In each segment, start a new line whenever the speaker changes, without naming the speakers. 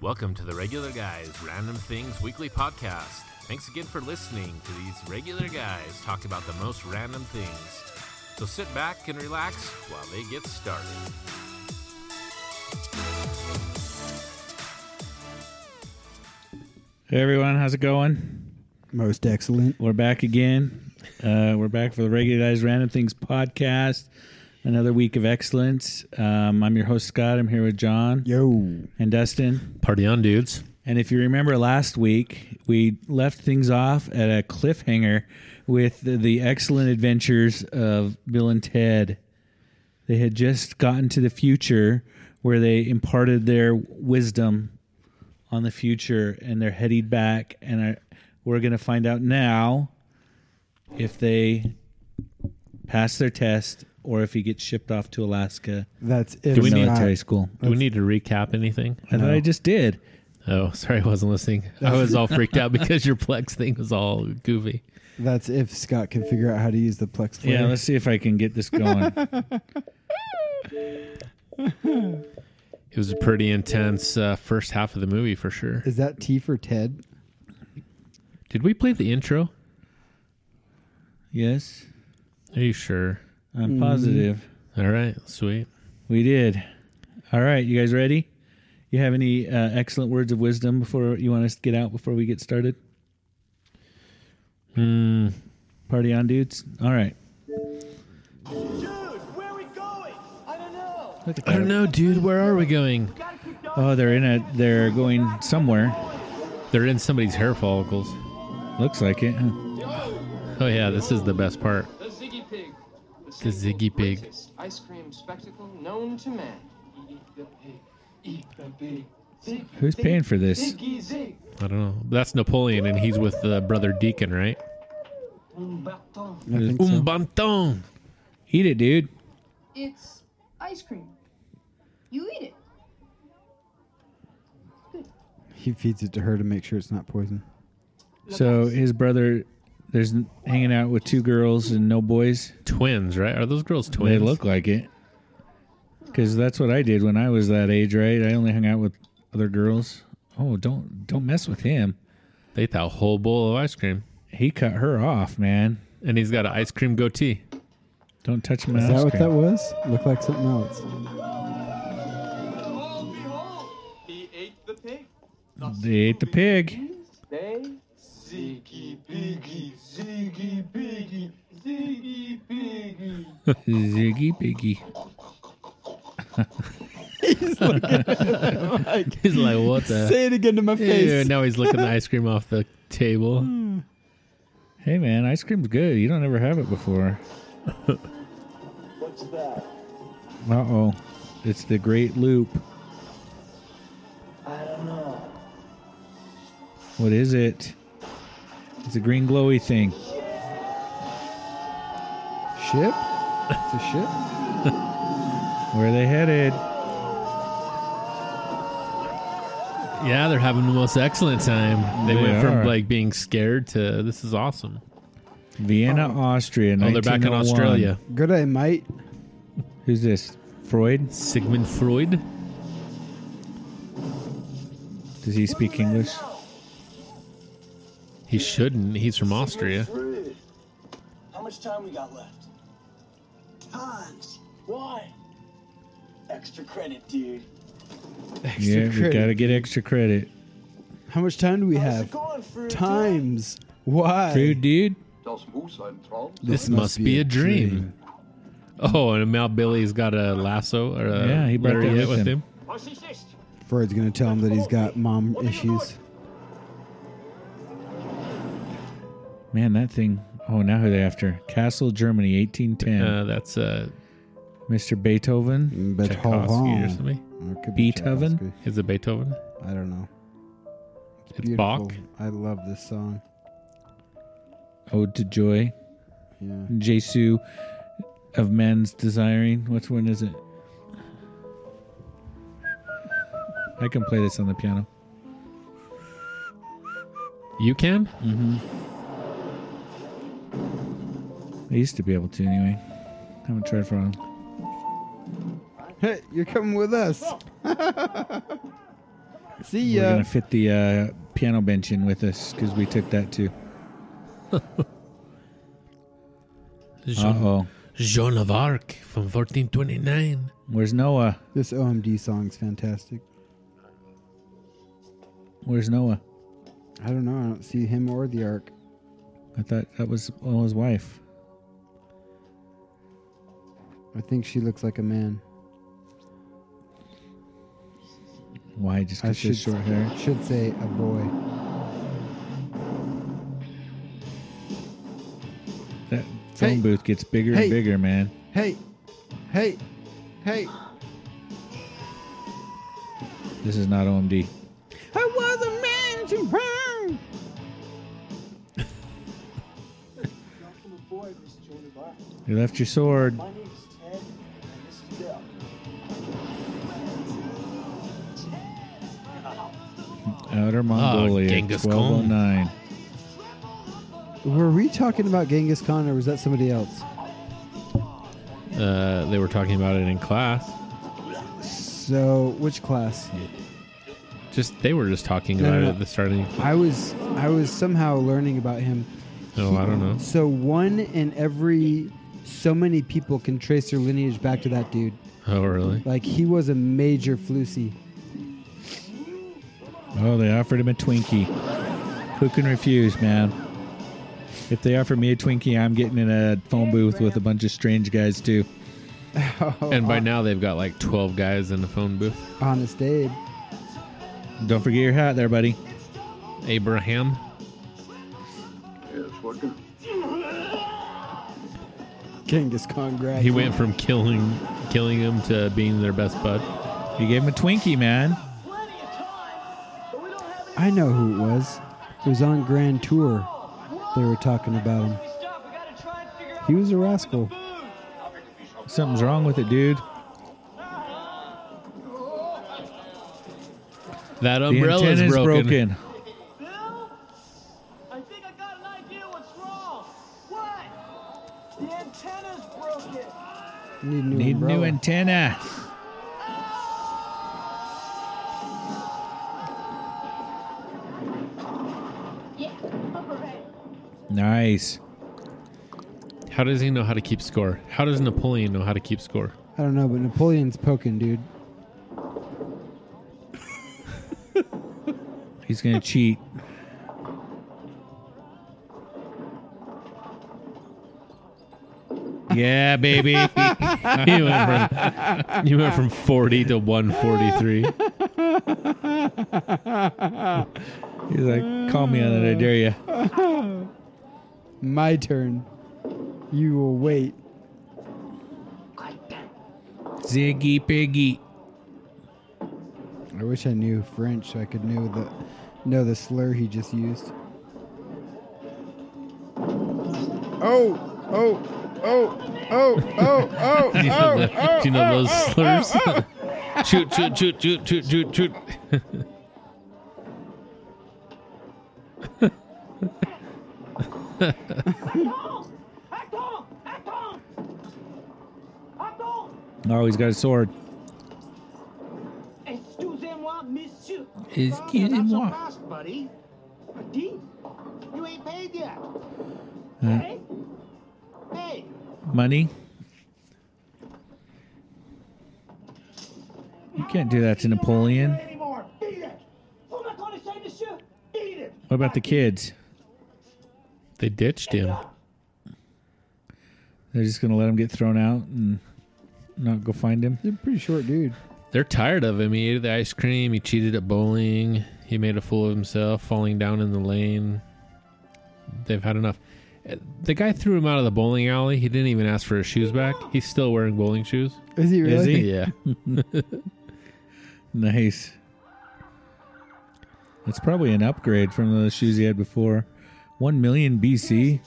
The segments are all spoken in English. Welcome to the Regular Guys Random Things Weekly Podcast. Thanks again for listening to these regular guys talk about the most random things. So sit back and relax while they get started.
Hey everyone, how's it going?
Most excellent.
We're back again. Uh, we're back for the Regularized Random Things podcast. Another week of excellence. Um, I'm your host Scott. I'm here with John
Yo.
and Dustin.
Party on, dudes.
And if you remember last week, we left things off at a cliffhanger with the, the excellent adventures of Bill and Ted. They had just gotten to the future where they imparted their wisdom on the future and they're headed back and are, we're going to find out now if they pass their test or if he gets shipped off to Alaska
That's it.
to
we need-
military
Scott.
school.
Do we need to recap anything?
I thought I just did.
Oh, sorry, I wasn't listening. I was all freaked out because your Plex thing was all goofy.
That's if Scott can figure out how to use the Plex player.
Yeah, let's see if I can get this going.
It was a pretty intense uh, first half of the movie for sure.
Is that T for Ted?
Did we play the intro?
yes.
Are you sure?
I'm positive.
All right, sweet.
We did. All right, you guys ready? You have any uh, excellent words of wisdom before you want us to get out before we get started?
Mm,
Party on, dudes. All right.
Dude, where are we going? I don't know.
Look at
I don't
that.
know, dude. Where are we going?
Gotta keep going.
Oh, they're in a. They're going somewhere.
They're in somebody's hair follicles.
Looks like it. huh?
Oh yeah, this is the best part.
The Ziggy Pig.
The Ziggy Pig.
greatest Ice cream spectacle known to man. Eat the pig. Eat the pig. Zig,
Who's
zig,
paying for this?
Ziggy Zig.
I don't know. That's Napoleon, and he's with uh, brother Deacon, right?
Un baton.
I think
Un
so.
Um, banton.
Eat it, dude.
It's ice cream. You eat it.
He feeds it to her to make sure it's not poison.
So his brother, there's hanging out with two girls and no boys.
Twins, right? Are those girls twins?
They look like it. Because that's what I did when I was that age, right? I only hung out with other girls. Oh, don't don't mess with him.
They ate that whole bowl of ice cream,
He cut her off, man.
and he's got an ice cream goatee.
Don't touch my
Is
ice
that what
cream.
that was? Looked like something else.
Behold, behold. He ate the pig.
They ate the pig.
They. Ziggy Piggy. Ziggy Piggy. Ziggy Piggy.
Ziggy piggy.
He's like, what the?
Say it again to my
Ew,
face.
now he's licking the ice cream off the table.
Hey man, ice cream's good. You don't ever have it before.
What's that?
Uh oh. It's the great loop.
I don't know.
What is it? It's a green glowy thing.
Ship? It's a ship?
Where are they headed?
Yeah, they're having the most excellent time. They,
They
went from
are.
like being scared to this is awesome.
Vienna, Austria.
Oh, they're back in
1901.
Australia.
Good I might.
Who's this? Freud?
Sigmund Freud.
Does he speak English?
He shouldn't. He's from Austria.
How much time we got left? Tons. Why? Extra credit, dude.
yeah, we
credit.
gotta get extra credit.
How much time do we
How's it
have?
going for
Times. Why?
Food, dude.
This must be a dream. Oh, and now Billy's got a lasso or a
Yeah, he brought that
lariat
with
with him.
him.
What's this?
Freud's going to tell him that he's got mom issues.
Man, that thing. Oh, now who they after? Castle, Germany, 1810.
Uh, that's uh,
Mr. Beethoven.
Mm, Tchaikovsky or
Beethoven.
something.
It could be
Beethoven?
Tchaikovsky.
Is it Beethoven?
I don't know.
It's
Beautiful.
Bach.
I love this song.
Ode to Joy.
Yeah.
Hmm. Jesu of Men's Desiring. Which one is it? I can play this on the piano.
You can?
Uh-huh. I used to be able to anyway. haven't tried for a while.
Hey, you're coming with us. See
We're
ya.
gonna fit the uh, piano bench in with us because we took that too. Uh
Jean,
oh,
Joan of Arc from 1429.
where's Noah?
This OMD song's fantastic.
Where's Noah?
I don't know. I don't see him or the arc.
I thought that was Noah's wife.
I think she looks like a man.
Why? Just
I
because she
should
has short hair.
should say a boy.
That phone
Hey.
booth gets bigger
Hey.
and bigger, man.
Hey, hey, hey!
This is not OMD.
I was a man to burn.
Not from aboard, Miss Joan of Arc.
You left your sword.
My name is Ted, and this is Bill.
Ah,
Outer Mongolia.
Genghis Khan.
1209.
Were we talking about Genghis Khan, or was that somebody else?
Uh, they were talking about it in class.
So, which class?
Just they were just talking
No,
about
no,
it
no.
at the start of the
I was, I was somehow learning about him.
Oh, I don't know.
So one in every so many people can trace their lineage back to that dude.
Oh, really?
Like he was a major flusy.
Oh, they offered him a Twinkie. Who can refuse, man? If they offer me a Twinkie, I'm getting in a phone booth with a bunch of strange guys too.
And by now they've got like 12 guys in the phone booth.
Honest Abe.
Don't forget your hat, there, buddy.
Abraham.
Genghis Khan grad.
He went from killing killing him to being their best bud.
You gave him a Twinkie, man.
Plenty of time, but we don't have any.
I know who it was. It was on Grand Tour. They were talking about him.
Stop, we gotta try and figure out
He was a rascal.
Something's wrong with it, dude.
That
The
umbrella
antenna's
is broken.
broken.
Bill? I think I got an idea what's wrong. What? The antenna's broken.
Need a new
Need
umbrella.
new antenna.
Yeah. All right.
Nice.
How does he know how to keep score? How does Napoleon know how to keep score?
I don't know, but Napoleon's poking, dude.
He's gonna cheat. Yeah, baby.
He went from he went from 40 to 143.
He's like, call me on it, I dare you.
My turn. You will wait.
Ziggy Piggy.
I wish I knew French so I could know the know the slur he just used. Oh, oh, oh, oh, oh, oh,
Do you know,
oh,
the-
oh,
do you know
oh,
those
oh,
slurs?
oh, oh.
shoot, shoot, shoot, shoot, shoot, shoot, shoot.
oh.
Act on! Act on! Act on!
Oh, he's got a sword.
Excusez-moi, monsieur.
Excusez-moi.
Not so fast, buddy. Buddy? You ain't paid yet.
Uh.
Hey? Hey,
Money. You can't do that to Napoleon.
anymore. Beat it. Who am I going to say this shit? Beat it.
What about the kids?
They ditched him.
They're just gonna let him get thrown out and not go find him.
He's a pretty short dude.
They're tired of him. He ate the ice cream. He cheated at bowling. He made a fool of himself, falling down in the lane. They've had enough. Uh, The guy threw him out of the bowling alley. He didn't even ask for his shoes back. He's still wearing bowling shoes.
Is he really?
Is he?
Yeah.
Nice. That's probably an upgrade from the shoes he had before. One million BC.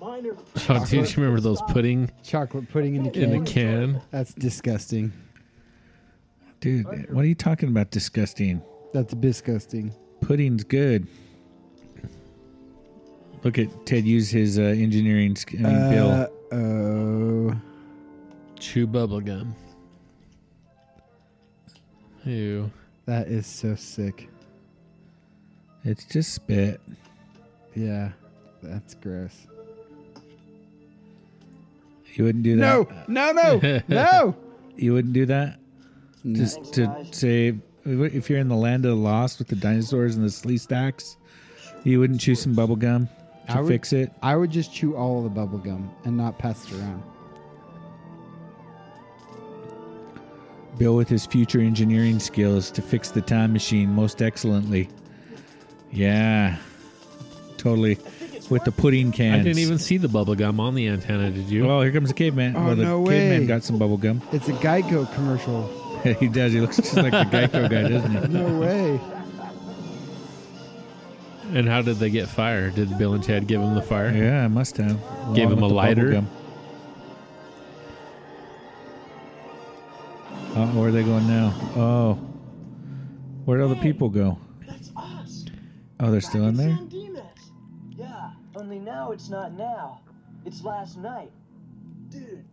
Minor.
Oh, dude, you remember those pudding
Chocolate pudding in the
in
can.
the can?
That's disgusting.
Dude, what are you talking about? Disgusting.
That's disgusting.
Pudding's good. Look at Ted use his uh, engineering. sk- I mean, Bill.
Uh, oh.
Chew bubblegum. Ew.
That is so sick.
It's just spit.
Yeah, that's gross.
You wouldn't do that.
No, no, no, no.
You wouldn't do that. Just to say, if you're in the land of the lost with the dinosaurs and the slee stacks, you wouldn't chew some bubble gum to
I would-
fix it.
I would just chew all the bubble gum and not pass it around.
Bill, with his future engineering skills, to fix the time machine most excellently. Yeah, totally. With the pudding cans.
I didn't even see the bubble gum on the antenna. Did you?
Oh, here comes the caveman.
Oh,
well, the
no way.
caveman got some bubble gum.
It's a Geico commercial.
he does. He looks just like the Geico guy, doesn't he?
No way.
and how did they get fire? Did Bill and Ted give him the fire?
Yeah, I must have.
Gave
Along
him
with
a
the
lighter.
bubble gum. Uh, where are they going now? Oh, where'd all the people go?
That's us.
Oh, they're still in there.
San Dimas. Yeah, only now it's not now. It's last night. Dude.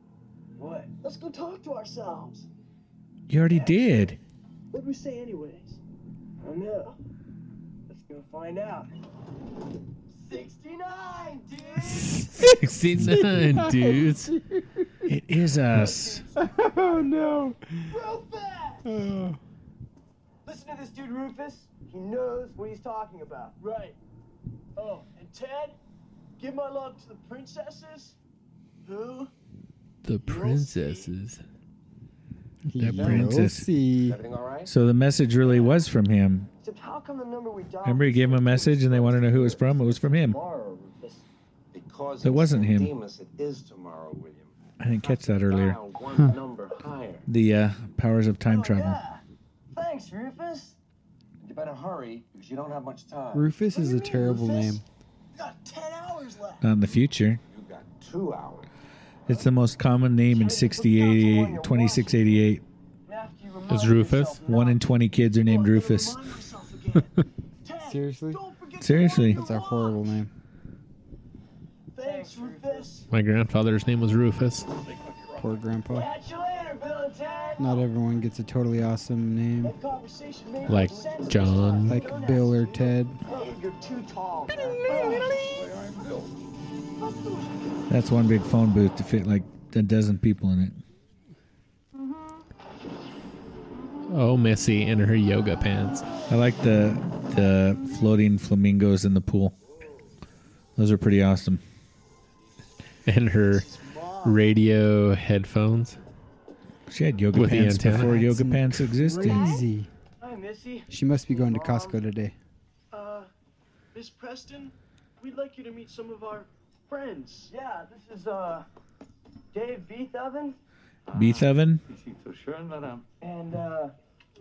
What? Let's go talk to ourselves.
You already did.
What'd we say anyways? I don't know. Let's go find out. 69, dude!
69 dudes.
It is us.
Oh no.
Rufus!
Oh.
Listen to this dude, Rufus. He knows what he's talking about. Right. Oh, and Ted, give my love to the princesses. Who?
The princesses.
That
princess.
see.
Everything all right?
So the message really was from him.
Except how come the number we dialed?
Remember, he gave him a message, and they want to know who it was from. It was from him.
Tomorrow, Rufus. Because
That
it's
wasn't
San
him.
Dimas, it is tomorrow, William.
I didn't catch that earlier.
Dial one number higher.
The uh, powers of time
Oh,
travel.
yeah. Thanks, Rufus.
You better hurry because you don't have much time.
Rufus
What
is
do
a
you mean,
terrible
Rufus?
name.
We got 10 hours left.
On the future,
You got two hours.
it's the most common name in 68, 2688.
After you
It's
remind
Rufus.
yourself
One
now.
in 20 kids are named
Look,
Rufus.
remind yourself again. Ted,
Seriously?
don't forget to
Seriously.
walk
That's
the
a
walk.
horrible name.
Thanks, Rufus.
My grandfather's name was Rufus.
Poor grandpa.
Catch you later, Bill and Ted.
Not everyone gets a totally awesome name
That conversation made
Like
sense this
John.
time.
like
Don't
Bill or
ask me.
Ted.
Oh, You're too tall. man. Oh,
That's one big phone booth to fit like a dozen people in it.
Oh, Missy in her yoga pants.
I like the the floating flamingos in the pool. Those are pretty awesome.
And her radio headphones.
She had yoga
With the
pants
antenna?
before yoga
That's
pants existed.
Crazy.
Hi, Missy.
She must be going to Costco today.
Uh, Miss Preston, we'd like you to meet some of our friends. Yeah, this is uh, Dave Beethoven
Beef oven.
and uh,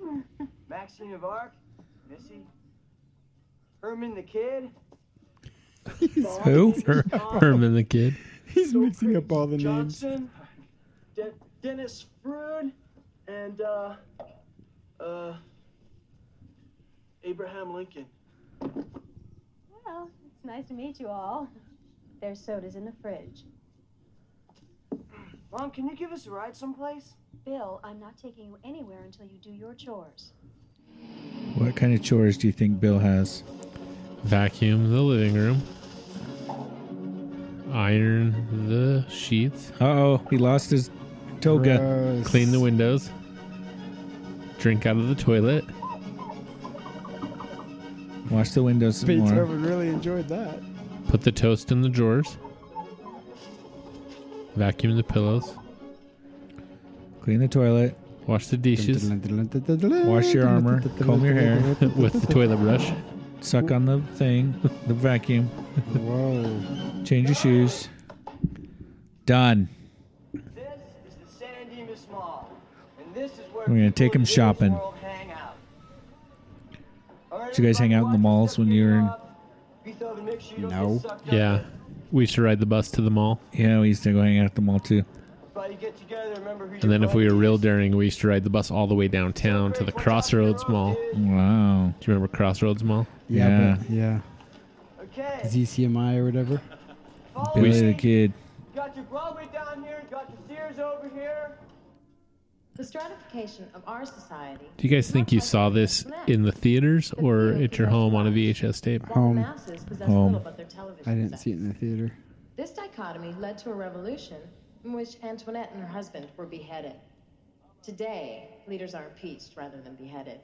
Maxine of Arc, Missy, Herman the Kid.
Who?
Her- Herman the kid.
He's mixing up all the names.
Johnson, De- Dennis Frood, and uh, uh, Abraham Lincoln.
Well, it's nice to meet you all. There's sodas in the fridge.
Mom, can you give us a ride someplace?
Bill, I'm not taking you anywhere until you do your chores.
What kind of chores do you think Bill has?
Vacuum the living room. Iron the sheets.
Uh oh, he lost his toga.
Gross.
Clean the windows. Drink out of the toilet.
Wash the windows some more.
Beethoven really enjoyed that.
Put the toast in the drawers. Vacuum the pillows.
Clean the toilet.
Wash the dishes
Wash
Wash your armor, comb your hair.
with the toilet brush.
Suck on the thing, the vacuum.
Whoa.
Change your shoes. Done.
This is the San Dimas Mall, and this is where
We're gonna take 'em
people in the
shopping.
world hang out. All right,
Did you guys hang out in the
everybody,
malls
watch
when you were in-
yourself. Beethoven, make sure you don't
No.
get sucked up.
Yeah. We used to ride the bus to the mall.
Yeah, we used to go hang out at the mall too.
Everybody get together, remember who
And
your
then if we
buddy
were real
is.
daring, we used to ride the bus all the way downtown to the Crossroads Mall. Do
Wow.
you remember Crossroads Mall?
Yeah, but, yeah.
Okay.
ZCMI or whatever.
follow
Billy
me.
the Kid.
Got your Broadway down here, got your Sears over here.
The stratification of our society.
Do you guys think you saw this in the theaters or at your home on a VHS tape?
While
Home.
the masses possess
Home.
little but their television
I didn't
sets.
see it in the theater.
This dichotomy led to a revolution in which Antoinette and her husband were beheaded. Today, leaders are impeached rather than beheaded.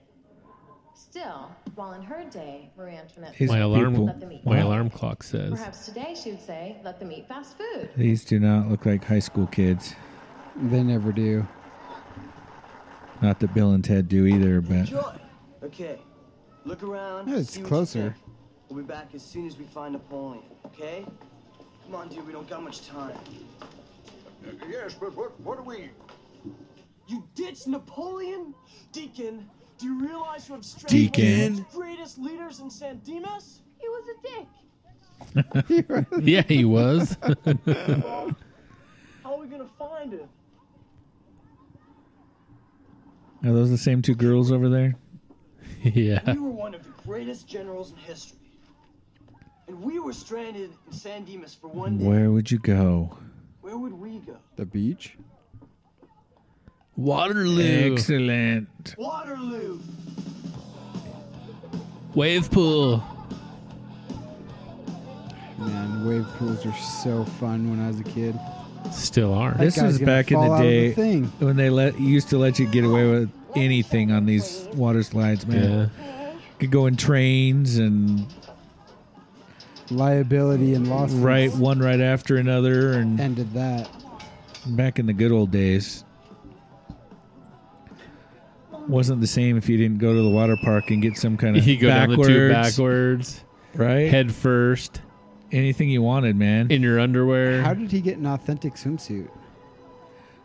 Still, while in her day, Marie Antoinette
These
My alarm,
people.
my alarm clock says.
perhaps today she would say, let them eat fast food.
These do not look like high school kids.
They never do.
Not that Bill and Ted do either, but
Enjoy. Okay, look around.
Yeah, it's
see what you
closer.
think. We'll be back as soon as we find Napoleon. Okay? Come on, dude. We don't got much time.
Yes, but what, what do we?
You ditched Napoleon, Deacon. Do you realize you have straight
Deacon?
the greatest leaders in San Dimas?
He was a dick.
Yeah, he was.
How are we gonna find him?
are those the same two girls over there?
yeah.
You were one of the greatest generals in history. And we were stranded in San Dimas for one day.
Where would you go?
Where would we go?
The beach?
Waterloo.
Excellent.
Waterloo!
Wave pool.
Man, wave pools are so fun when I was a kid.
Still are.
This
guy's
was
gonna
back in
fall
the
out of the
day
thing.
when they let used to let you get away with anything on these water slides, man.
Yeah.
Could go in trains and
Liability and loss.
right one right after another, and
Eh.
Ended that.
back in the good old days wasn't the same if you didn't go to the water park and get some kind of
You go
backwards,
down the tube backwards,
right?
head first,
Anything you wanted, man.
in your underwear.
How did he get an authentic swimsuit?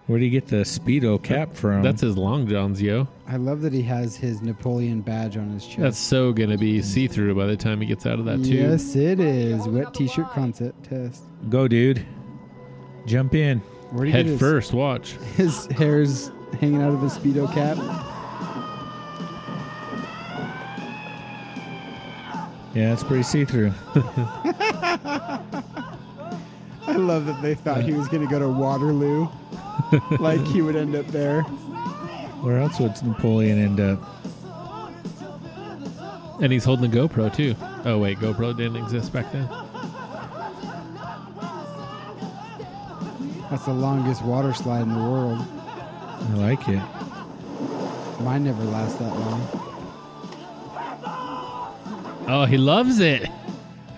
Where do you get the speedo cap from?
That's his long johns, yo.
I love that he has his Napoleon badge on his chest.
That's so gonna be see through by the time he gets out of that tube.
Yes, it is. Wet t-shirt concept test.
go, dude. Jump in.
Where do you
Head
get his,
first, watch.
His hair's hanging out of his speedo cap.
Yeah, it's pretty see through.
I love that they thought he was going to go to Waterloo. like he would end up there.
Where else would Napoleon end up?
And he's holding a GoPro too. Oh wait, GoPro didn't exist back then.
That's the longest water slide in the world.
I like it.
Mine never lasts that long.
Oh, he loves it.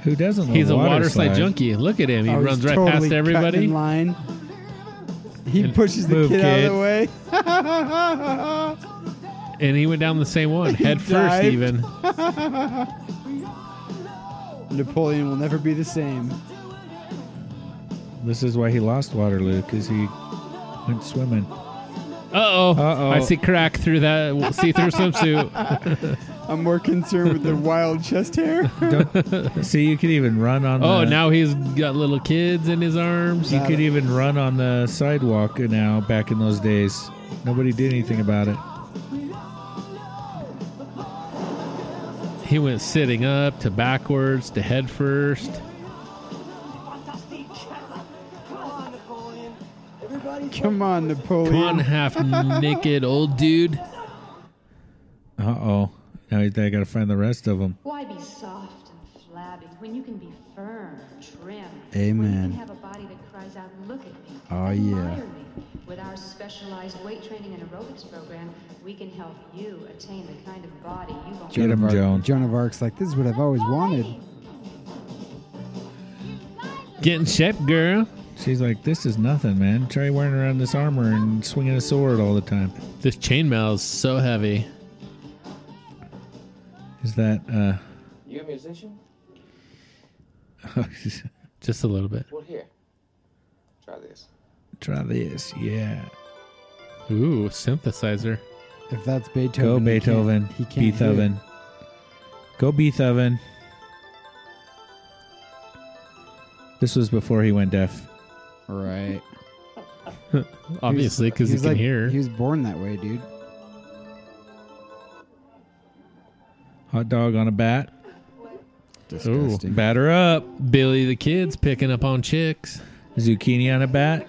Who doesn't? love
He's a water slide
slide?
junkie. Look at him. He
Oh, he's
runs right
totally
past
cutting
everybody.
In line. He pushes the
move,
kid, out
kid.
of the way.
And he went down the same one, head first,
dived.
even.
Napoleon will never be the same.
This is why he lost Waterloo because he went swimming.
Uh oh.
Uh-oh.
I see crack through that see through swimsuit.
I'm more concerned with the wild chest hair.
See, you could even run on.
Oh,
the,
now he's got little kids in his arms.
You could even run on the sidewalk now back in those days. Nobody did anything about it.
He went sitting up to backwards to head first.
Come on, Napoleon. Everybody's
Come on, Napoleon.
Come on, half naked old dude.
Uh oh. Now I gotta find the rest of them.
Why be soft and flabby when you can be firm, trim? When you
Amen.
can have a body that cries out, look at me.
Oh,
admire
yeah.
me." With our specialized weight training and aerobics program, we can help you attain the kind of body you want.
Get 'em,
of Arc-
Joan.
Joan of Arc's like, this is what I've always wanted.
Get in shape, girl.
She's like, this is nothing, man. Try wearing around this armor and swinging a sword all the time.
This chainmail is so heavy.
Is that, uh,
You a musician?
Just a little bit.
Well, here. Try this.
try this. Yeah.
Ooh, synthesizer.
If that's
Go
Beethoven, he can't-
Beethoven.
He can't, do it.
Beethoven. Go Beethoven. This was before he went deaf.
Right.
Obviously, because he,
was
can
like-
hear.
He was born that way, dude.
Hot dog on a bat.
Disgusting.
Batter up.
Billy the Kid's picking up on chicks.
Zucchini on a bat.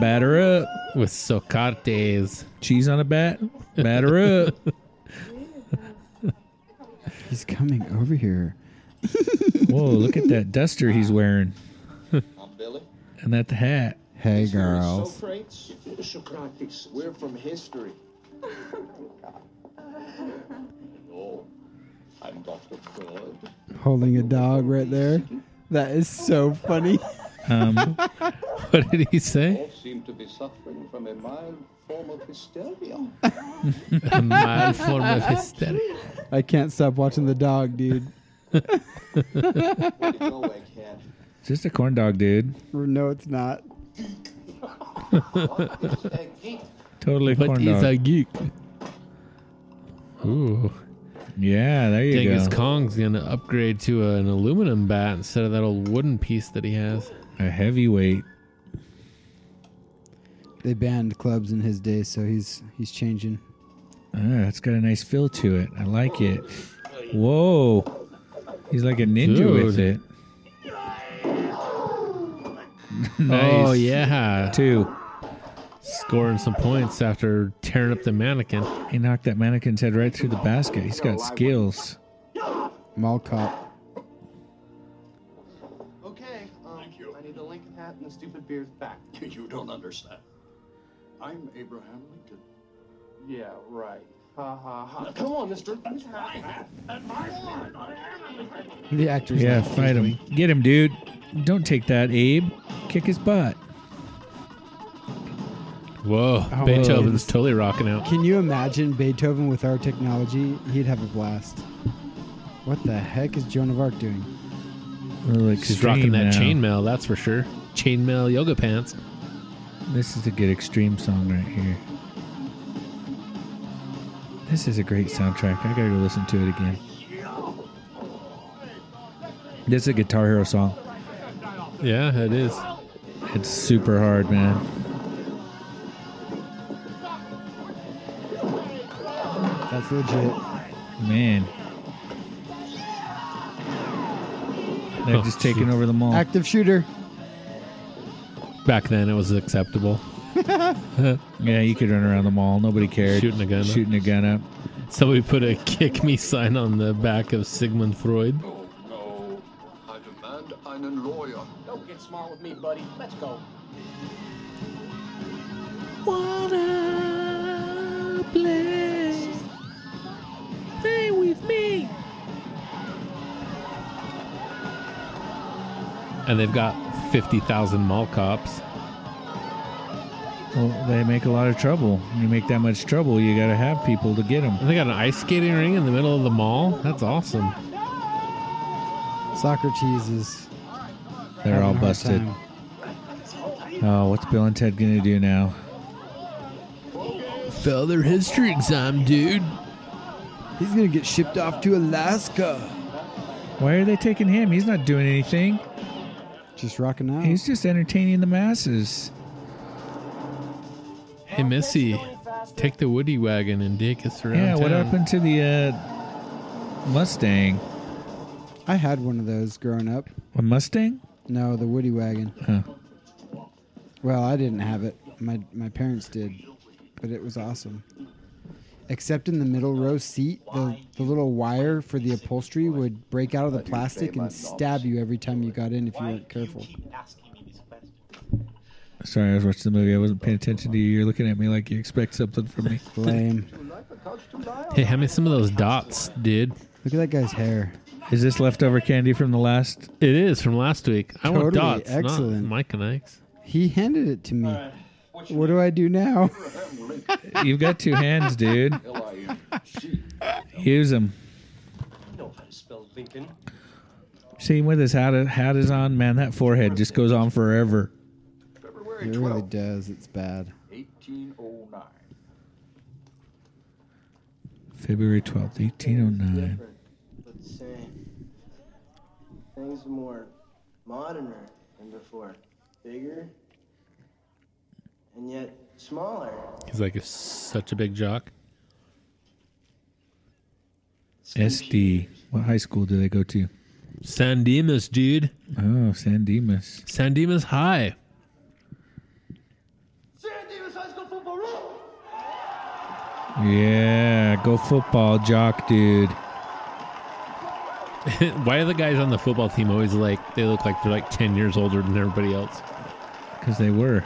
Batter up.
with Socrates.
Cheese on a bat. Batter up.
He's coming over here.
Whoa, look at that duster he's wearing.
I'm Billy.
And that hat.
Hey, girls.
Socrates. Socrates. We're from history.
Oh,
Hello. I'm Dr. Freud.
Holding a dog right there. That is so funny.
Um,
What did he say?
All seem to be suffering from a mild form of hysteria.
A mild form of hysteria.
I can't stop watching the dog, dude.
Way to go, egghead.
just a corn dog, dude.
No, it's not.
What is a geek?
Totally
What
corn
is
dog.
a geek? Ooh.
yeah, there you
Genghis
go.
Kong's gonna upgrade to an aluminum bat instead of that old wooden piece that he has.
a heavyweight.
They banned clubs in his day, so he's he's changing.
Ah, it's got a nice feel to it. I like it. Whoa. He's like a ninja with it.
Dude.
nice.
Oh yeah,
Two.
scoring some points after tearing up the mannequin.
He knocked that mannequin's head right through the basket. He's got skills.
Mall cop.
Okay, um, Thank you. I need the Lincoln hat and the stupid beard back.
You don't understand. I'm Abraham Lincoln.
Yeah, right. Ha ha ha. Come on, mister.
The actor's
Yeah,
not
fight him. Get him, dude. Don't take that, Abe. Kick his butt.
Whoa, Beethoven's totally rocking out.
Can you imagine Beethoven with our technology? He'd have a blast. What the heck is Joan of Arc doing?
She's rocking that chainmail, that's for sure. Chainmail yoga pants.
This is a good extreme song right here. This is a great soundtrack. I gotta go listen to it again. This is a Guitar Hero song.
Yeah, it is.
It's super hard, man.
That's legit.
Man. They're
Oh,
just taking
shoot.
over the mall.
Active shooter.
Back then, it was acceptable.
yeah, you could run around the mall. Nobody cared.
Shooting a gun up.
Shooting a gun up.
Somebody put a "kick me" sign on the back of Sigmund Freud.
Oh, no. I demand einen lawyer.
Don't get smart with me, buddy. Let's go.
And they've got 50,000 mall cops.
Well, they make a lot of trouble. You make that much trouble, you gotta have people to get them.
And they got an ice skating ring in the middle of the mall. That's awesome.
Socrates is.
They're
having
all
a hard
busted.
time.
Oh, what's Bill and Ted gonna do now?
Fail their history exam, dude.
He's gonna get shipped off to Alaska.
Why are they taking him? He's not doing anything.
Just rocking out.
He's just entertaining the masses.
Hey, Missy, take the Woody wagon and take us around.
yeah, what
town.
happened to the uh, Mustang?
I had one of those growing up.
A Mustang?
No, the Woody wagon.
Huh.
Well, I didn't have it. My my parents did, but it was awesome. Except in the middle row seat, the, the little wire for the upholstery would break out of the plastic and stab you every time you got in if you weren't careful.
Sorry, I was watching the movie. I wasn't paying attention to you. You're looking at me like you expect something from me.
Lame.
Hey, hand me some of those dots, dude.
Look at that guy's hair.
Is this leftover candy from the last?
It is from last week. I want
Totally
dots,
excellent.
not Mike and Ike's.
He handed it to me. What do I do now?
You've got two hands, dude. Use them.
know how to spell Lincoln.
See him with his hat, hat is on. Man, that forehead just goes on forever.
February
It really
12th,
does. It's bad.
1809.
February oh 12th, 1809.
Different, but the same. Things are more moderner than before. Bigger, and yet smaller.
He's like a, such a big jock.
SD. What high school do they go to?
San Dimas, dude.
Oh, San Dimas.
San Dimas High.
Yeah, go football, jock, dude.
Why are the guys on the football team always like they look like they're like ten years older than everybody else?
Because they were,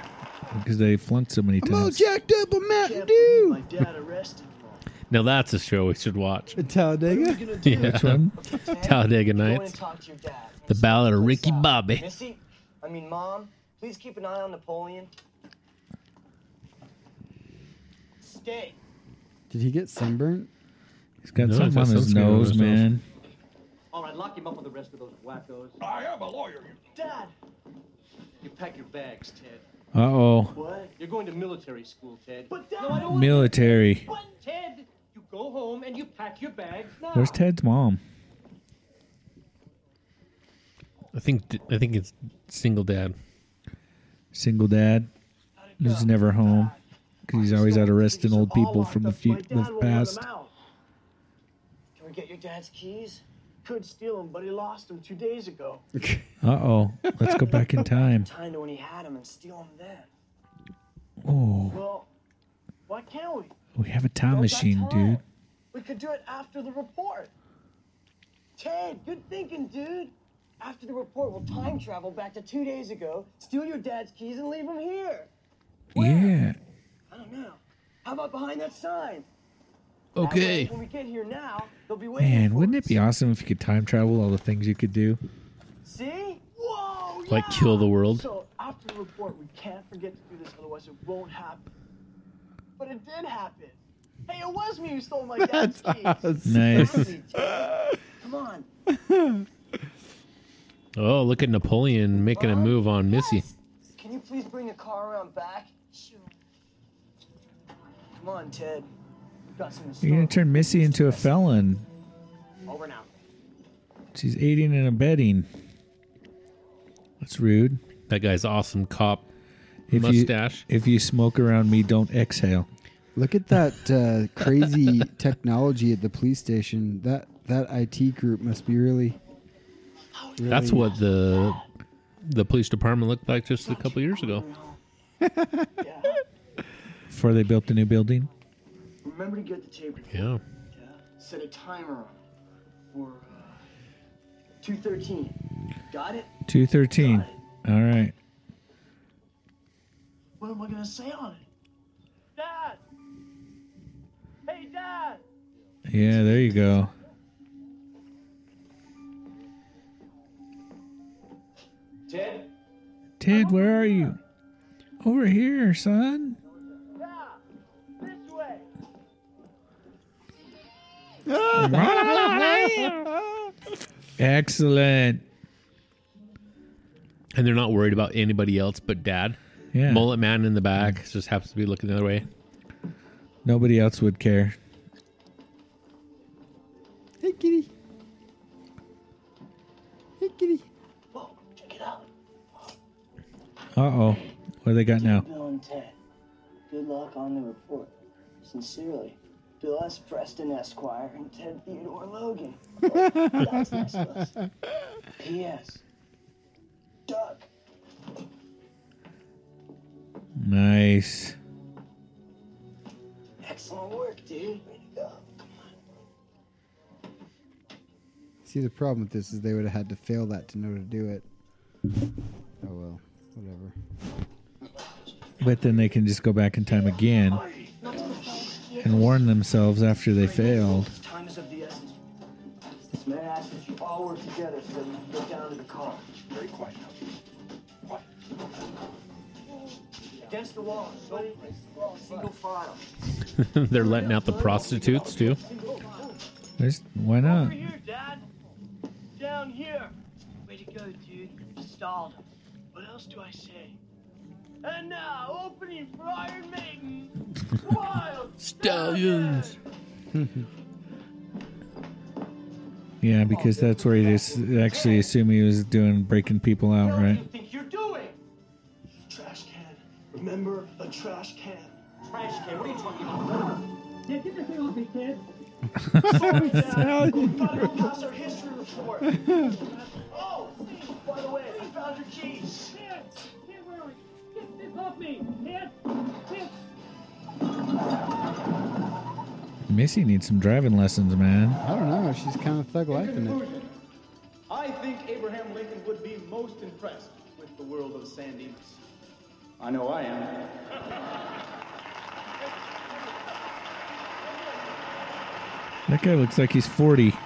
because they flunked so many
I'm all
times.
jacked up on Mountain
Can't believe
Dew.
my dad arrested me.
Now that's a show we should watch.
What are
Talladega.
you gonna do?
Yeah.
Which one?
Ted?
Talladega
Go in
Nights.
and talk to your dad.
The Ballad of Ricky
Stop.
Bobby.
uh, Missy, I mean, Mom, please keep an eye on Napoleon. Stay.
Did he get sunburned?
He's got
No,
something on
it's got
his
sunscreen on
nose,
his nose.
man.
All right, lock him up with the rest of those wackos.
I am a lawyer. you-
Dad! You pack your bags, Ted.
Uh oh,
What? You're going to military school, Ted. But Dad,
military.
Ted, you go home and you pack your bags now.
Where's Ted's mom?
I think I think it's single dad.
Single dad. He's never home because he's always out arresting old people from the, fu- the past.
Can we get your dad's keys? Could steal them, but he lost them two days ago.
Uh oh, let's go back in time.
Time to when he had them and steal them then.
Oh,
Well, why can't we?
we have a time
Don't got
machine,
time.
dude.
We could do it after the report. Ted, good thinking, dude. After the report, we'll time travel back to two days ago, steal your dad's keys, and leave them here.
Yeah.
I don't know. How about behind that sign? That way,
Okay.
When we get here now, they'll be waiting.
Man,
for
wouldn't it
us.
be awesome if you could time travel all the things you could do?
See? Whoa!
Like
yeah!
kill the world?
So after the report, we can't forget to do this, otherwise it won't happen. But it did happen. Hey, it was me who stole my dad's keys.
Nice.
Finally, Ted. Come on.
Oh, look at Napoleon making a move on Missy.
Can you please bring the car around back? Sure. Come on, Ted. We've Got some
You're going to turn Missy into a felon.
Over now.
She's aiding and abetting. That's rude.
That guy's awesome cop
If
mustache.
You, if you smoke around me, don't exhale.
Look at that uh, crazy technology at the police station. That that IT group must be really.
That's what the the police department looked like just a couple years ago.
Yeah.
Before they built the new building.
Remember to get the tape. recorder.
Yeah.
Yeah. Set a timer on it for uh, 213. Got it?
213. All right.
What am I gonna say on it? Dad! Hey, Dad!
Yeah, there you go.
Ted?
Ted, where are you? Over here, son.
Yeah! This way!
Excellent.
And they're not worried about anybody else but dad.
Yeah.
Mullet man in the back just happens to be looking the other way.
Nobody else would care.
Hey kitty. Hey kitty.
Whoa, check it out.
Uh oh. What do they got now?
Bill and Ted, good luck on the report. Sincerely, Bill S. Preston Esquire and Ted Theodore Logan. Oh, that's nice of us. P.S. Doug.
Nice.
Excellent work, dude. Way to go. Come on.
See, the problem with this is they would have had to fail that to know to do it. Oh well, whatever.
But then they can just go back in time again and warn themselves after they failed.
Time is of the essence. This man asks that you all work together so that we can get down to the car.
Very quiet now. Quiet.
Against the wall, buddy. Single file.
they're letting out the prostitutes too.
There's, why not?
Over here, Dad. Down here. Way to go, dude. Stalled him. What else do I say? And now, opening for Iron Maiden. Wild
Stallions.
Yeah, because that's where he just actually assumed he was doing breaking people out,
What do
right?
you think you're doing? Trash can. Remember a trash can. Trash can. What are you talking about? Yeah, get this thing off me, kid. Sorry, Dad. We gotta go pass our history report. oh, by the way, I found your keys. Dad, Dad, where are we? Get this off me, Dad. Dad.
Missy needs some driving lessons, man.
I don't know. She's kind of thug life in it.
Conclusion. I think Abraham Lincoln would be most impressed with the world of San Dimas. I know I am.
That guy looks like he's 40.
That's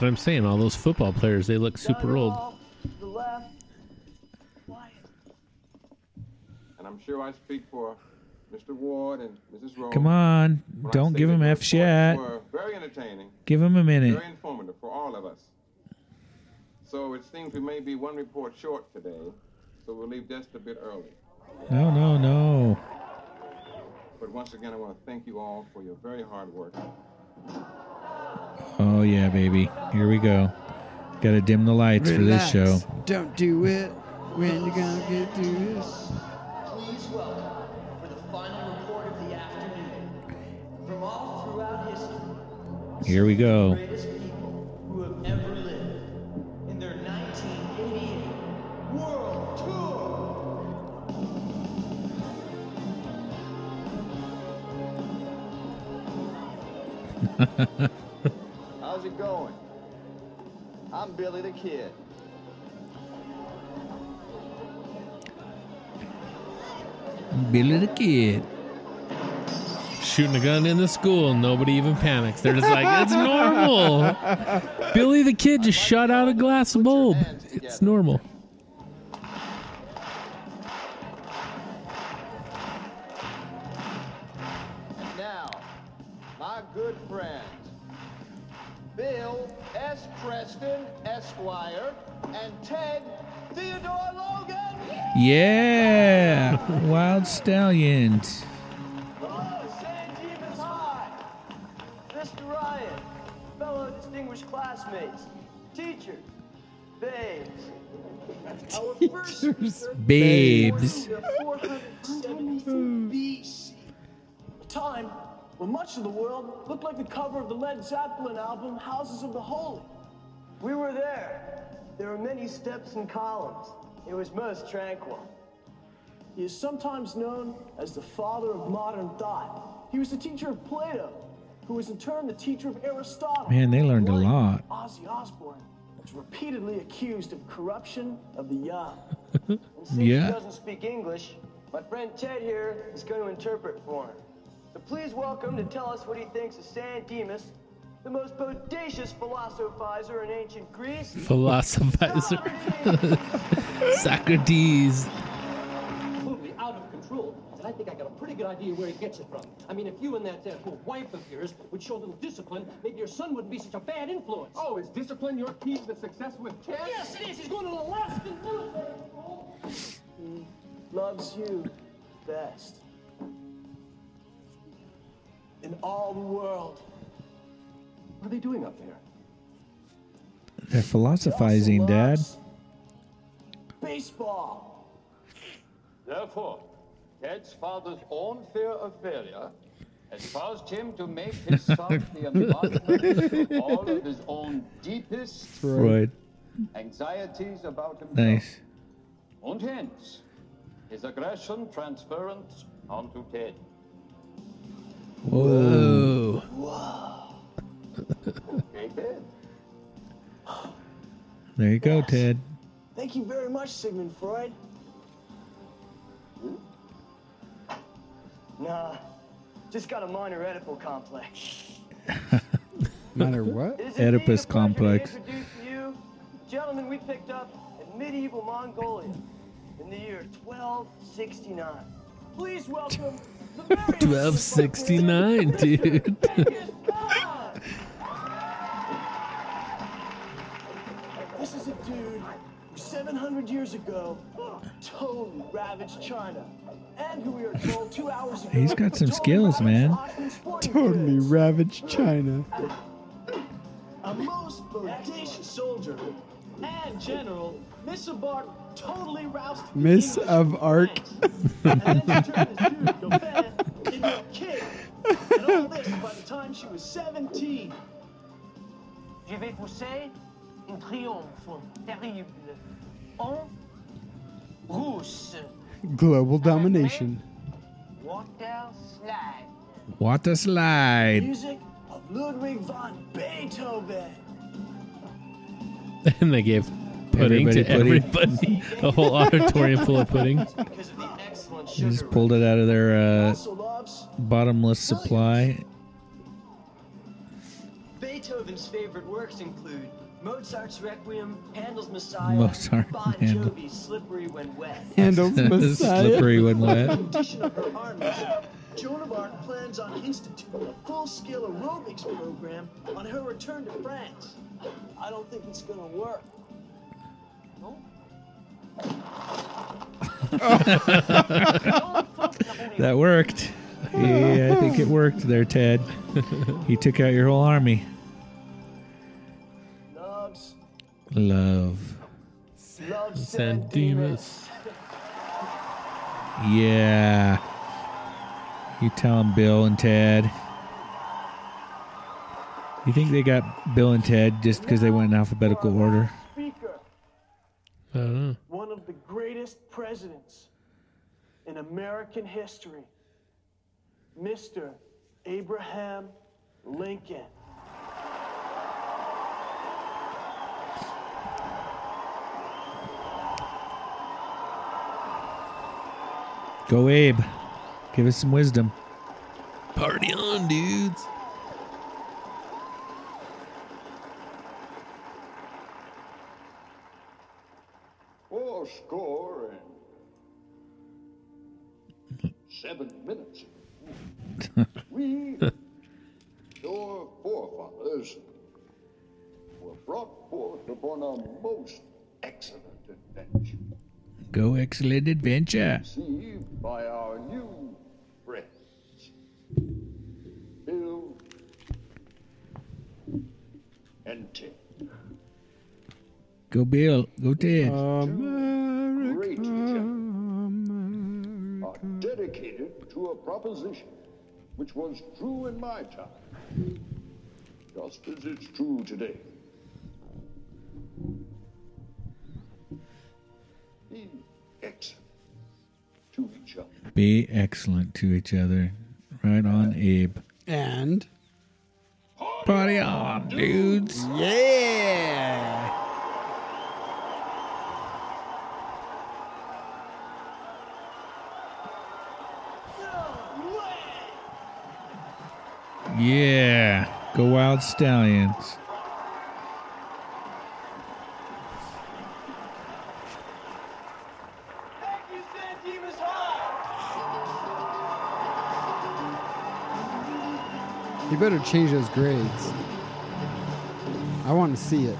what I'm saying. All those football players, they look super old.
The left. Quiet.
And I'm sure I speak for Mr. Ward and Mrs. Rose.
Come on.
when I
Don't
say
give
that
him
your
F
reports
shit.
were Very entertaining,
Give him a minute.
very informative for all of us. So it seems we may be one report short today, so we'll leave just a bit early.
No, no, no.
But once again, I want to thank you all for your very hard work.
Oh, yeah, baby. Here we go. Gotta dim the lights
Relax.
for this show.
Don't do it when you're gonna get through this.
Please welcome for the final report of the afternoon from all throughout history.
Here we go.
greatest people who have ever lived in their 1988 world tour.
How's it going? I'm Billy the Kid.
Billy the Kid.
Shooting a gun in the school, nobody even panics. They're just like, it's normal. Billy the Kid just shot out a glass bulb.
hands
It's
together.
normal.
And now, my good friends, Bill S. Preston, Esquire, and Ted Theodore Logan.
Yeah. Wild Stallions.
Hello, San Dimas High. Mr. Ryan, fellow distinguished classmates, teachers, babes. Our first speaker
Babes.
born in 472 BC.
A time when much of the world looked like the cover of the Led Zeppelin album Houses of the Holy.
We were there. There were many steps and columns. It was most tranquil.
He is sometimes known as the father of modern thought. He was the teacher of Plato, who was in turn the teacher of Aristotle.
Man, they learned a
Like
lot.
Ozzy Osbourne was repeatedly accused of corruption of the young.
And since
Yeah.
he doesn't speak English, my friend Ted here is going to interpret for him. So please welcome to tell us what he thinks of San Dimas, the most bodacious philosophizer in ancient Greece.
Philosophizer Socrates.
Totally out of control, and I think I got a pretty good idea where he gets it from. I mean, if you and that uh, poor wife of yours would show a little discipline, maybe your son wouldn't be such a bad influence.
Oh, is discipline your key to success with Ted?
yes, it is. He's going to the left and military school.
loves you best.
In all the world. What are they doing up there?
They're philosophizing,
He also
Dad.
loves Baseball.
Therefore, Ted's father's own fear of failure has caused him to make his son the embodiment of all of his own deepest
Freud.
anxieties about himself.
Nice.
And hence, his aggression transference onto Ted.
Whoa.
Hey, Ted.
There you go, Ted.
Thank you very much, Sigmund Freud. Hmm? Nah, just got a minor Oedipal complex.
Matter what?
It is indeed
Oedipus
a pleasure
complex.
To introduce to you, gentlemen, we picked up in medieval Mongolia in the year 1269. Please welcome the very
1269, dude.
Genghis Khan!
This is a dude who 700 years ago totally ravaged China. And who we are told two hours ago.
He's got some
totally
skills,
ravaged
man.
Osman's sporting
Totally
goods.
ravaged China.
A most bodacious soldier and general, Miss of Arc totally roused the
Miss
English
of Arc.
defense. and then she turned this dude, Gauvain, into a king. And all this by the time she was 17.
Je vais pousser un triomphe terrible. En Rousse.
Global domination.
Water slide.
Water slide.
Music of Ludwig von Beethoven.
and they gave pudding
Everybody
to everybody. a whole auditorium full of pudding.
They just pulled it out of their uh, bottomless supply.
Beethoven's favorite works include Mozart's Requiem, Handel's Messiah,
Mozart
Bon
and Handel.
Jovi's Slippery When Wet.
Handel's
Slippery when wet.
Condition of her armies. Joan of Arc plans on instituting a full-scale aerobics program on her return to France. I don't think it's gonna work. No?
That worked. Yeah, I think it worked there, Ted. he took out your whole army.
Loves,
Love.
loves
San
San
Dimas.
Dimas.
Yeah. You tell him, Bill and Ted. You think they got Bill and Ted just because they went in alphabetical order?
Speaker,
I don't know.
one of the greatest presidents in American history, Mr. Abraham Lincoln.
Go, Abe. Give us some wisdom.
Party on, dudes.
Four score and seven minutes. we, your forefathers, were brought forth upon a most excellent invention,
Go, excellent adventure.
conceived by our new friends, Bill and Tim.
Go, Bill. Go, Ted.
Great gentlemen are dedicated to a proposition which was true in my time, just as it's true today. Be excellent to each other.
Be excellent to each other. Right on, Abe.
And
Party on, dudes.
yeah,
Yeah. Go, Wild Stallions.
Thank you, San Dimas High!
you better change those grades. I want to see it.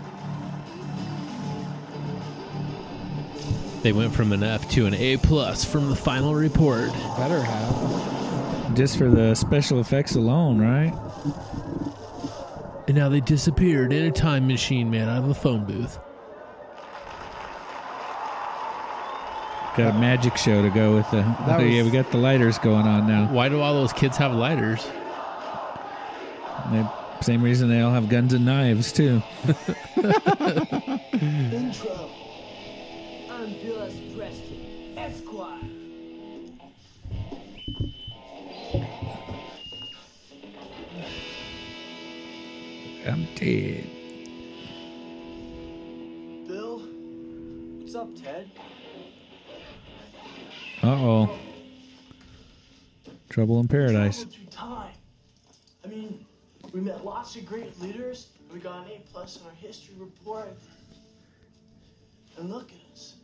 They went from an F to an A plus from the final report.
Better have.
Just for the special effects alone, right?
And now they disappeared in a time machine made out of a phone booth.
Got a magic show to go with the.
That
oh,
was-
yeah, we got the lighters going on now.
Why do all those kids have lighters?
They, same reason they all have guns and knives too.
Intro. I'm Bill S. Preston, Esquire.
I'm dead.
Bill, what's up, Ted?
Uh oh. Trouble in paradise.
Traveled through time. I mean, we met lots of great leaders, and we got an A plus in our history report. And look at us.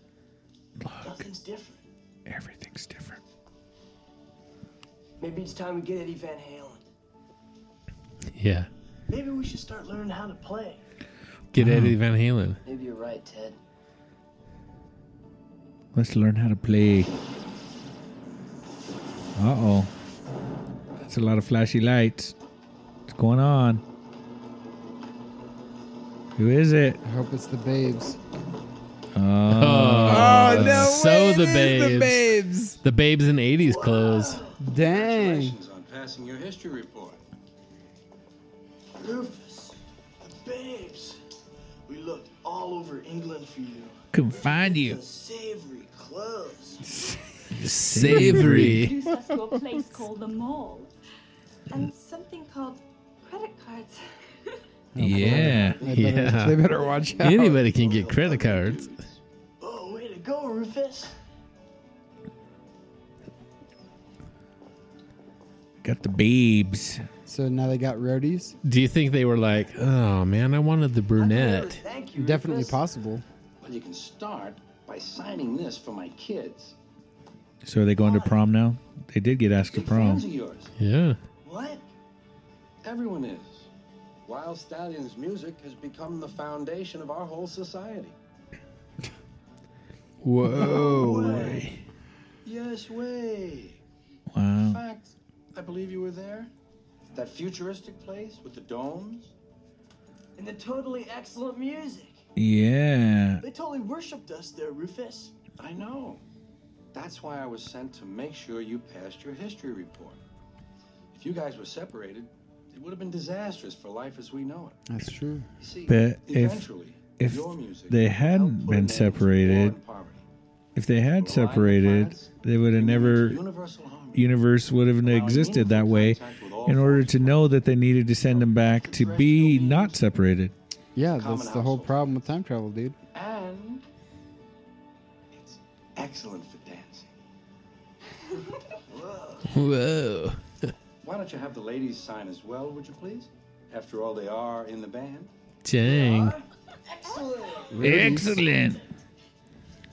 Nothing's different.
Everything's different.
Maybe it's time we get Eddie Van Halen.
Yeah.
Maybe we should start learning how to play.
Hmm.
Get Eddie Van Halen.
Maybe you're right, Ted.
Let's learn how to play. Uh oh. That's a lot of flashy lights. What's going on? Who is it?
I hope it's the babes.
Oh, so the babes.
the babes.
The babes in 80s clothes.
Dang.
on passing your history report.
Rufus, the babes. We looked all over England for you.
Couldn't find
The
you.
savory clothes.
Savory.
Introduced us to a place called the Mall. and something called credit cards.
Yeah.
They better-
yeah.
they better watch out.
Anybody can get credit cards.
Oh, way to go, Rufus.
Got the babes.
So now they got roadies.
Do you think they were like, oh man, I wanted the brunette?
Definitely possible.
Well, you can start by signing this for my kids.
So are they going to prom now? They did get asked to
Fans of
prom.
yours.
Yeah.
What? Everyone is. Wild Stallion's music has become the foundation of our whole society.
Whoa.
Yes, way.
Wow.
In fact, I believe you were there. That futuristic place with the domes.
And the totally excellent music.
Yeah.
They totally worshipped us there, Rufus.
I know. That's why I was sent to make sure you passed your history report. If you guys were separated, it would have been disastrous for life as we know it.
That's true.
But Uh, if if they hadn't been separated, if they had separated, they would have never universe would have existed that way in order to know that they needed to send them back to be not separated.
Yeah, that's the whole problem with time travel, dude.
And it's excellent for dancing.
Whoa.
Why don't you have the ladies sign as well, would you please? After all, they are in the band.
Dang.
Really?
Excellent.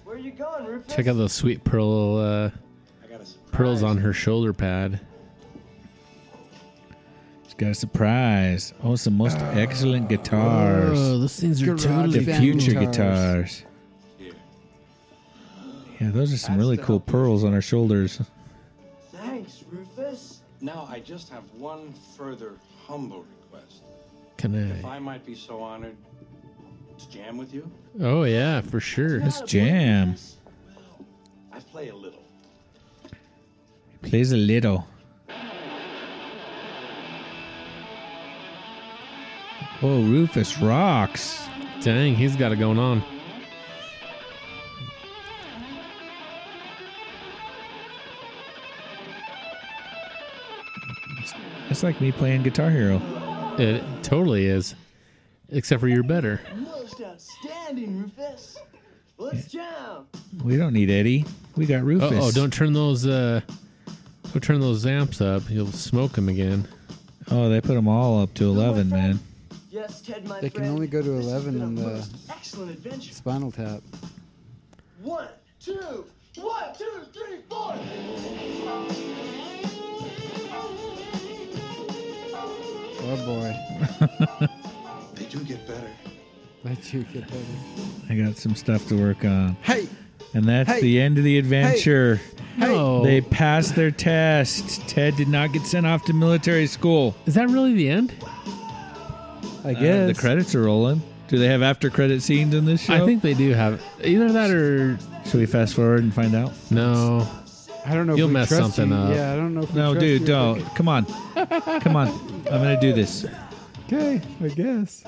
Where are you going, Rufus?
Check out those sweet pearl uh, pearls on her shoulder pad.
She's got a surprise. Oh, some most excellent guitars.
oh, those things are Garage totally
the
band
future
guitars.
guitars. Yeah, those are some really cool pearls on her shoulders.
Thanks, Rufus. Now, I just have one further humble request.
Can uh, I?
If I might be so honored to jam with you,
Oh yeah, for sure.
It's
It's
jam.
I play a little.
Plays a little.
Oh, Rufus rocks. Dang, he's got it going on.
It's like me playing Guitar Hero.
It totally is. Except for you're better.
Most outstanding, Rufus. Let's jam.
We don't need Eddie. We got Rufus.
Oh, don't turn those uh don't turn those amps up. You'll smoke them again.
Oh, they put them all up to 11, man.
Yes, Ted, my
They can
friend.
only go to eleven in the
Excellent adventure.
Spinal Tap.
One, two, one, two, three, four.
Oh boy.
they do get better.
They do get better.
I got some stuff to work on.
Hey!
And that's
Hey!
the end of the adventure.
Oh.
Hey! No.
They passed their test. Ted did not get sent off to military school.
Is that really the end?
I
guess.
Uh, the credits are rolling. Do they have after credit scenes in this show?
I think they do have either that or
Should we fast forward and find out?
No.
I don't know if
You'll
we
mess
trust
something
you.
up.
Yeah, I don't know if we
No,
trust
dude,
you.
don't. Come on. Come on. I'm going to do this.
Okay, I guess.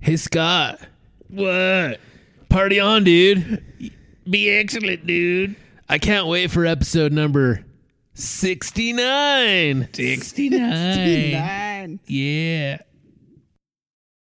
Hey Scott. What? Party on, dude. Be excellent, dude. I can't wait for episode number 69.
69.
69.
Yeah.